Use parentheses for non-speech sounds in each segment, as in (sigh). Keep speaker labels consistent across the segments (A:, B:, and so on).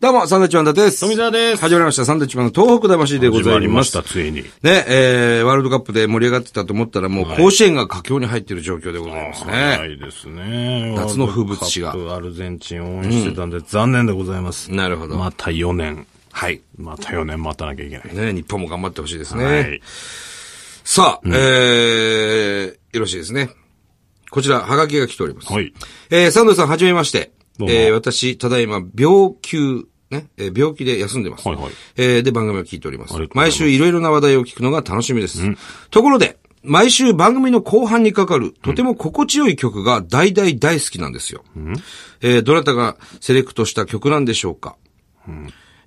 A: どうも、サンドイッチマン伊達です。
B: 富澤です
A: 始まりました、サンドイッチマンの東北魂でございます。
B: 始まりました、ついに。
A: ね、えー、ワールドカップで盛り上がってたと思ったら、もう甲子園が佳境に入ってる状況でございますね。
B: ないですね。
A: 夏の風物詩が
B: ワールドカップアルゼンチン応援してたんで、残念でございます。
A: なるほど
B: また4年。
A: はい。
B: また4年待たなきゃいけない。
A: ね、日本も頑張ってほしいですね。
B: はい。
A: さあ、えー、よろしいですね。こちら、ハガキが来ております。
B: はい。
A: えー、サンドさん、はじめまして。
B: どうも
A: えー、私、ただいま、病休、ね、えー病気で休んでます。
B: はいはい
A: えー、で、番組を聞いております
B: ありがと。うご
A: 毎
B: ざいます
A: 週いろいろな話題を聞くのが楽しみです。ところで、毎週番組の後半にかかる、とても心地よい曲が大大大好きなんですよ。えー、どなたがセレクトした曲なんでしょうか、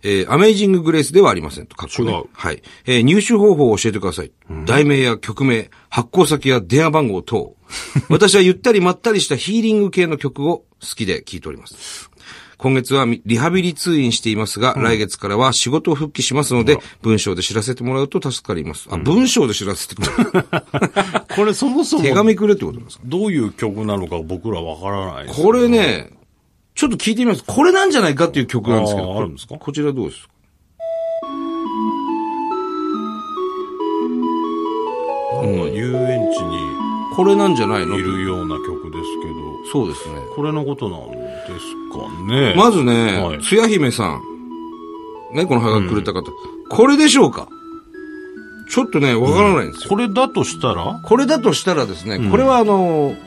A: えー、アメイジンググレースではありませんと。かっこね
B: 違う
A: はい。えー入手方法を教えてください。題名や曲名、発行先や電話番号
B: (laughs)
A: 等。私はゆったりまったりしたヒーリング系の曲を好きで聴いております。今月はみリハビリ通院していますが、来月からは仕事を復帰しますので、文章で知らせてもらうと助かります。あ、文章で知らせてく
B: (laughs)
A: れる。
B: これそもそ
A: 手
B: も、
A: 紙くれってことなんですか
B: どういう曲なのか僕らわからないです。
A: これね、ちょっと聞いてみます。これなんじゃないかっていう曲なんですけ
B: あ
A: ど。
B: ーあるんですか
A: こちらどうですか
B: なんか遊園地に
A: これなんじゃないの
B: いるような曲ですけど、
A: そうですね。
B: これのことなんですかね。
A: まずね、
B: はい
A: つや姫さん。ね、このハガキくれた方、これでしょうかちょっとね、わからないんですよ、
B: これだとしたら
A: これだとしたらですね、これはあのー、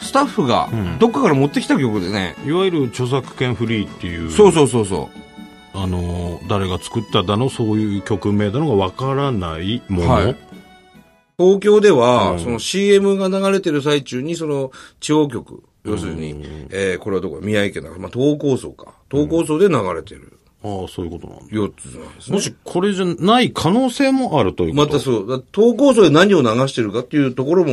A: スタッフがどっかから持ってきた曲でね、
B: いわゆる著作権フリーっていう、
A: そうそうそうそ
B: あのー、誰が作っただの、そういう曲名だのがわからないも
A: う。
B: の。
A: はい。東京では、
B: うん
A: その CM が流れてる最中に、その地方局、要するに、えー、これはどこ宮城県だから、まあ、東高層か。東高層で流れてる
B: ああ、そういうことなんだ。
A: 4つなんですね。
B: もしこれじゃない可能性もあるというこ
A: ま
B: と
A: たそう、だ東高層で何を流してるかっていうところも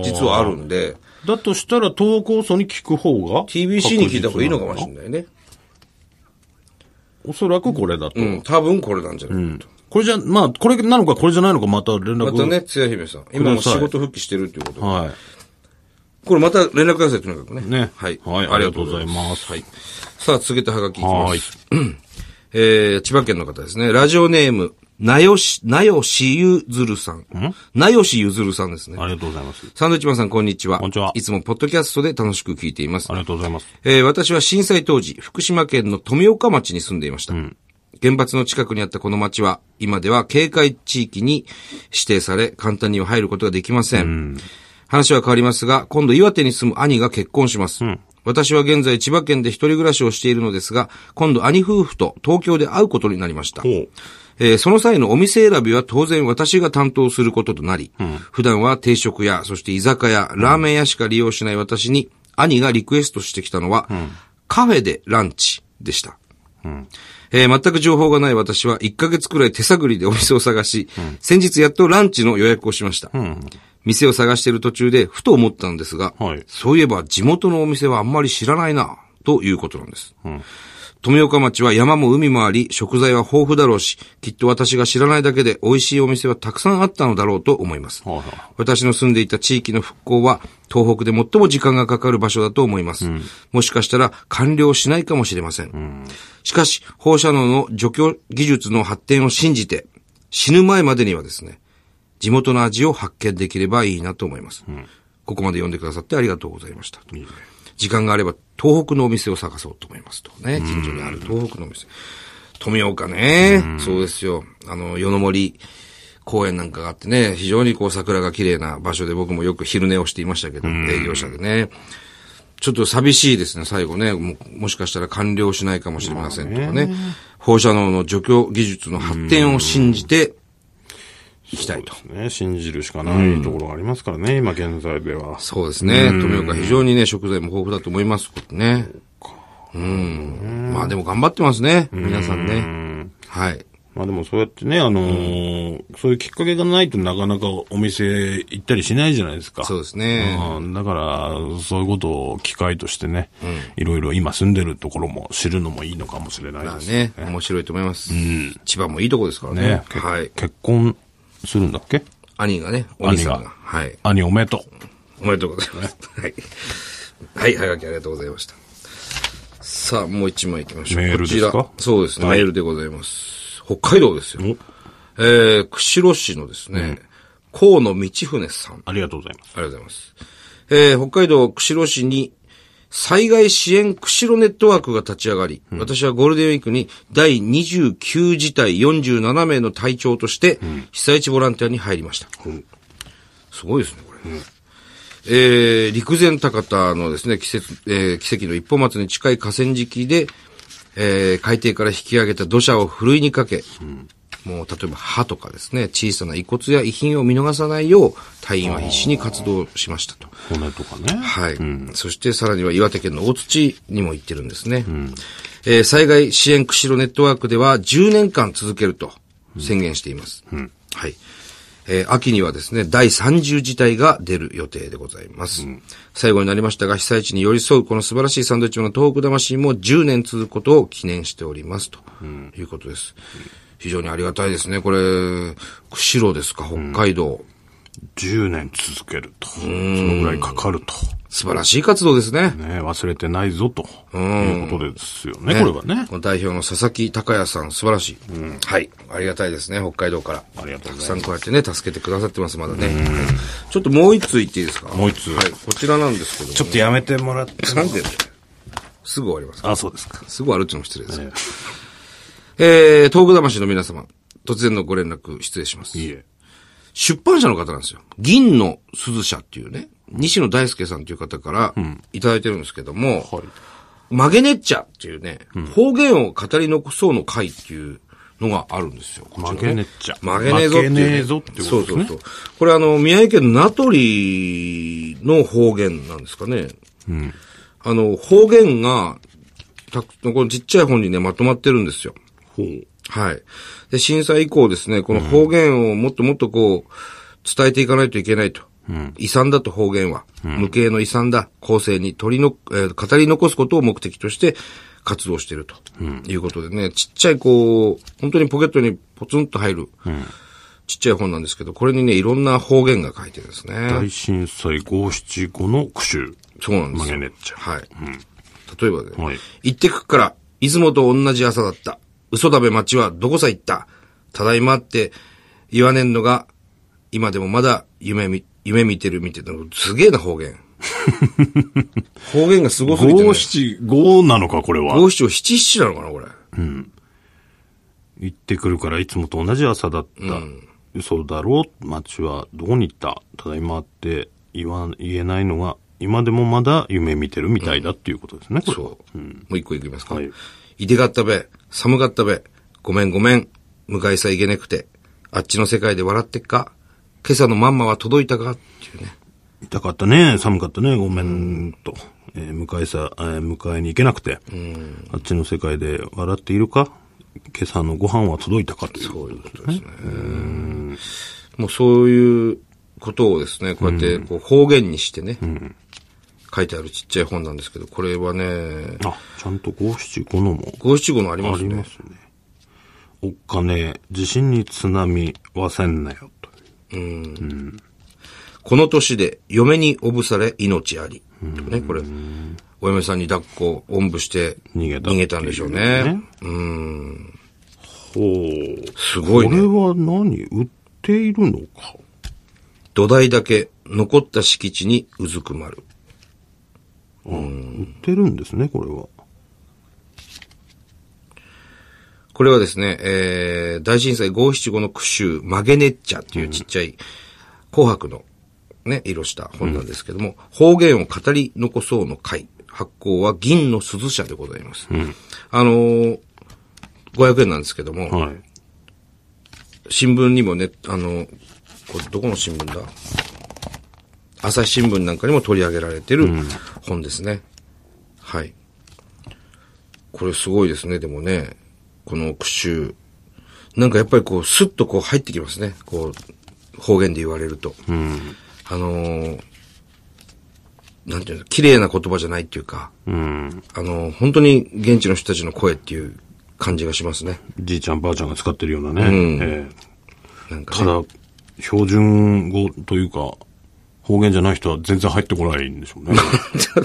B: ああ
A: 実はあるんで、
B: だとしたら、投稿層に聞く方が
A: TBC に聞いた方がいいのかもしれ
B: い。
A: ないね。
B: おそらくこれだと。
A: うん、多分これなんじゃない、
B: これじゃ、まあ、これなのかこれじゃないのか、また連
A: ま
B: 絡
A: たね、つや姫さん。今もう
B: くださ
A: 仕
B: い
A: 事復帰してるっていうことで。
B: は
A: これまた連絡ください、とにかくね。
B: ね
A: はい。
B: はいありがとうございます
A: はい。さあ、続けてハガキいきま
B: は
A: す。えー、千葉県の方ですね。ラジオネーム、なよし、なよしゆずるさん。なよしゆずるさんですね
B: い。。ありがとうございます。
A: サンドイッチマンさん、こんにちは。
B: こんにちはい
A: つもポッドキャストで楽しく聞いています
B: あ。りがとうございます。
A: えー私は震災当時、福島県の富岡町に住んでいました。原発の近くにあったこの町は、今では警戒地域に指定され、簡単には入ることができません。話は変わりますが、今度岩手に住む兄が結婚します。私は現在千葉県で一人暮らしをしているのですが、今度兄夫婦と東京で会うことになりました。
B: う
A: えーその際のお店選びは当然私が担当することとなり、普段は定食屋、そして居酒屋、ラーメン屋しか利用しない私に、兄がリクエストしてきたのは、カフェでランチでした。えー全く情報がない私は1ヶ月くらい手探りでお店を探し、先日やっとランチの予約をしました。店を探している途中でふと思ったんですが、
B: はい
A: そういえば地元のお店はあんまり知らないな、ということなんです。富岡町は山も海もあり、食材は豊富だろうし、きっと私が知らないだけで美味しいお店はたくさんあったのだろうと思います。
B: はいは
A: 私の住んでいた地域の復興は、東北で最も時間がかかる場所だと思います。もしかしたら完了しないかもしれません。しかし、放射能の除去技術の発展を信じて、死ぬ前までにはですね、地元の味を発見できればいいなと思います。ここまで読んでくださってありがとうございました。時間があれば東北のお店を探そうと思いますとね。近所にある東北のお店。富岡ね。そうですよ。あの、夜の森公園なんかがあってね、非常にこう桜が綺麗な場所で僕もよく昼寝をしていましたけど、営業者でね。ちょっと寂しいですね、最後ね。ももしかしたら完了しないかもしれませんとかね。放射能の除去技術の発展を信じていきたいと。
B: い。ね、信じるしかないところがありますからね、今現在では。
A: そうですね。富岡非常にね、食材も豊富だと思いますことね。うん。まあでも頑張ってますね。皆さんね。はい。
B: まあでもそうやってね、あのーそういうきっかけがないとなかなかお店行ったりしないじゃないですか。
A: そうですね。
B: うんだから、そういうことを機会としてね、いろいろ今住んでるところも知るのもいいのかもしれない
A: まあ
B: です
A: ね、面白いと思います。千葉もいいとこですからね
B: ね。け
A: はい。
B: 結婚するんだっけ
A: 兄がね、お兄さん
B: 兄
A: が。
B: が
A: はい。
B: 兄おめでとう。
A: おめでとうございます。はい。はい、はがきありがとうございました。さあ、もう一枚行きましょう。
B: メールですか
A: こちらそうですね、
B: はい
A: メールでございます。北海道ですよ。えー、釧路市のですね、河野道船さん。あり
B: ありがとうございます。
A: がとうございます。えー、北海道釧路市に災害支援釧路ネットワークが立ち上がり、私はゴールデンウィークに第29事態47名の隊長として、被災地ボランティアに入りました。すごいですね、これ。えー、陸前高田のですね、季節、えー、奇跡の一本松に近い河川敷で、えー、海底から引き上げた土砂をふるいにかけ、もう例えば歯とかですね、小さな遺骨や遺品を見逃さないよう、隊員は必死に活動しましたと。
B: 骨とかね。
A: はい。そしてさらには岩手県の大槌にも行ってるんですね。えー災害支援釧路ネットワークでは10年間続けると宣言しています。はい。えー秋にはですね、第30事態が出る予定でございます。最後になりましたが、被災地に寄り添うこの素晴らしいサンドイッチマンの東北魂も10年続くことを記念しておりますということです。非常にありがたいですね。これ、釧路ですか、北海道。
B: 10年続けると。そのぐらいかかると。
A: 素晴らしい活動ですね
B: ね忘れてないぞと。いうことですよね、これはね。
A: この代表の佐々木隆也さん、素晴らしい。はい。ありがたいですね、北海道から。
B: ありが
A: た
B: とうご
A: く
B: ざい
A: さんこうやってね、助けてくださってます、まだね。はいちょっともう一通言っていいですか
B: もう一通
A: はい。こちらなんですけども。
B: ちょっとやめてもらって。
A: なんですぐ終わります。
B: あ、そうですか。
A: すぐ終わるっていうのも失礼です。えー、東北魂の皆様、突然のご連絡、失礼します。
B: いいえ。
A: 出版社の方なんですよ。銀の鈴社っていうね、西野大輔さんという方からいただいてるんですけども、
B: はい。
A: マゲネッチャっていうね、方言を語り残そうの会っていうのがあるんですよ。こちらね
B: 曲げねっちゃ
A: 曲げねえぞっていう、
B: 曲げねえぞっていうことですね
A: そうそうそう。これあの、宮城県の名取の方言なんですかね。あの、方言が、たくこのちっちゃい本にね、まとまってるんですよ。
B: ほう。
A: はい。で、震災以降ですね、この方言をもっともっとこう、伝えていかないといけないと。遺産だと方言は。無形の遺産だ。後世に取りの、えー語り残すことを目的として活動していると。いうことでね、ちっちゃいこう、本当にポケットにポツンと入る、ちっちゃい本なんですけど、これにね、いろんな方言が書いてるんですね
B: 大。震災五七五の句集。
A: そうなんです
B: 曲げ
A: よ。
B: ねっちゃ
A: はい。例えばね、
B: はい
A: 行ってくっから、いつもと同じ朝だった。嘘だべ町はどこさ行った。ただいまって言わねんのが、今でもまだ夢み、夢見てる見てる。すげえな方
B: (laughs)
A: 言。方言がすごすぎて、ね
B: 五。七五なのか、これは。
A: 五七を七七なのかな、これ。
B: 行ってくるからいつもと同じ朝だった。嘘だろう街はどこに行ったただいまって言わ、言えないのが、今でもまだ夢見てるみたいだっていうことですね、これは
A: そう。もう一個いきますか。
B: はい
A: いでがったべ、寒かったべ、ごめんごめん、迎えさいけなくて、あっちの世界で笑ってっか、今朝のまんまは届いたかっていうね。
B: 痛かったね、寒かったね、ごめん、と。えー迎えさ、えー迎えに行けなくて、あっちの世界で笑っているか今朝のご飯は届いたかということですね。
A: もうそういうことをですね、こうやってこう方言にしてね、書いてあるちっちゃい本なんですけど、これはね、
B: あ、ちゃんと五七五のも
A: 五七五のありま
B: あ
A: す
B: り
A: ね。
B: ますね。おっかねえ、地震に津波忘れんなよ、と。
A: この年で嫁におぶされ命あり。ね、これ、お嫁さんに抱っこ、おんぶして
B: 逃げた
A: 逃げたんでしょうね。
B: ほう。
A: すごい
B: これ
A: ね。
B: は何売っているのか
A: 土台だけ残った敷地にうずくまる。
B: 売ってるんですね、これは。
A: これはですね、えー、大震災575の句集、マゲネッチャっていうちっちゃい紅白のね、色した本なんですけども、方言を語り残そうの会、発行は銀の鈴社でございます。あのー、500円なんですけども、
B: はい。
A: 新聞にもね、あの、これどこの新聞だ朝日新聞なんかにも取り上げられてる本ですね。はい。これすごいですね、でもね。この句集。なんかやっぱりこう、スッとこう入ってきますね。こう、方言で言われると。あのーなんていうの、綺麗な言葉じゃないっていうか、
B: うん。
A: あのー本当に現地の人たちの声っていう感じがしますね。
B: じいちゃんばあちゃんが使ってるようなね。ええ
A: なんか
B: ただ、標準語というか、方言じゃない人は全然入ってこないんでしょう
A: (laughs)
B: ね。
A: 確か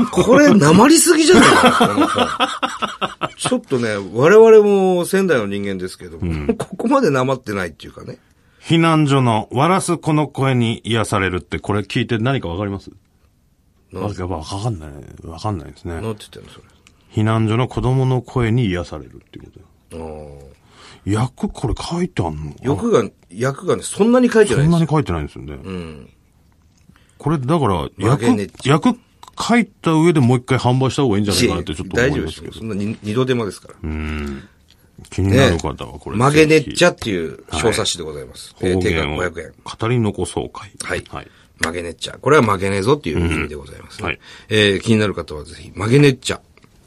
A: に。これ、鉛りすぎじゃないかなちょっとね、我々も仙台の人間ですけど、ここまで鉛ってないっていうかね。
B: 避難所のわらすこの声に癒されるって、これ聞いて何かわかりますわかわかんない。わかんないです
A: な
B: ね。
A: んて言ってんの、それ。
B: 避難所の子供の声に癒されるっていうことよ
A: あー
B: 役、これ書いてあんのかな
A: 欲が、役がね、そんなに書いて
B: そ
A: ないん
B: ん
A: で
B: な
A: すよ。
B: に書いてないんですよね。これ、だから、
A: 曲げねっ
B: 役、役書いた上でもう一回販売した方がいいんじゃないかなってちょっと
A: 大
B: 思
A: 丈夫
B: い
A: で
B: ますすけ
A: よ。
B: ど
A: そ。んなに二度手間ですから。
B: 気になる方はこれ。
A: 曲げねっち
B: ゃ、
A: ゃっていう小冊子でございます。え
B: 方
A: ー定価
B: 言を
A: 500円。
B: 語り残そう会。
A: はい
B: はい。
A: 曲げねっちゃ。これは曲げねえぞっていう意味でございます、
B: うんはい
A: えー気になる方はぜひ、曲げねっちゃ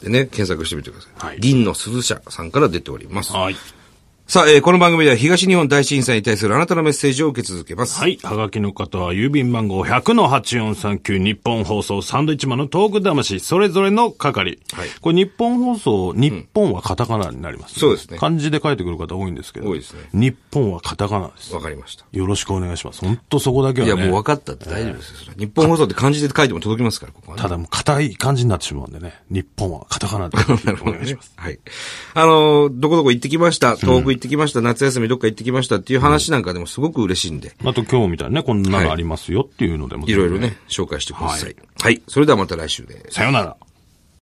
A: でね、検索してみてください。
B: はい
A: 銀の鈴社さんから出ております。
B: はい。
A: さあ、えーこの番組では東日本大震災に対するあなたのメッセージを受け続けます。
B: はい。はがきの方は、郵便番号100-8439日本放送サンドイッチマンのトーク魂、それぞれの係。
A: はい
B: これ日本放送、日本はカタカナになります、
A: そうですね
B: 漢字で書いてくる方多いんですけど。
A: 多いですね
B: 日本はカタカナです。
A: わかりました。
B: よろしくお願いします。本当そこだけ
A: い
B: はね。
A: や、もう分かったって大丈夫ですよ。それ日本放送って漢字で書いても届きますから、ここはね。
B: ただもう硬い感じになってしまうんでね。日本はカタカナでお願いしま
A: (laughs)
B: す。
A: はい。あのー、どこどこ行ってきました、遠く行ってきました、夏休みどっか行ってきましたっていう話なんかでもすごく嬉しいんで、
B: あと今日みたいにね、こんなのありますよっていうのでも、
A: いろいろ。ね、紹介してください。はい。それではまた来週です。
B: さよなら。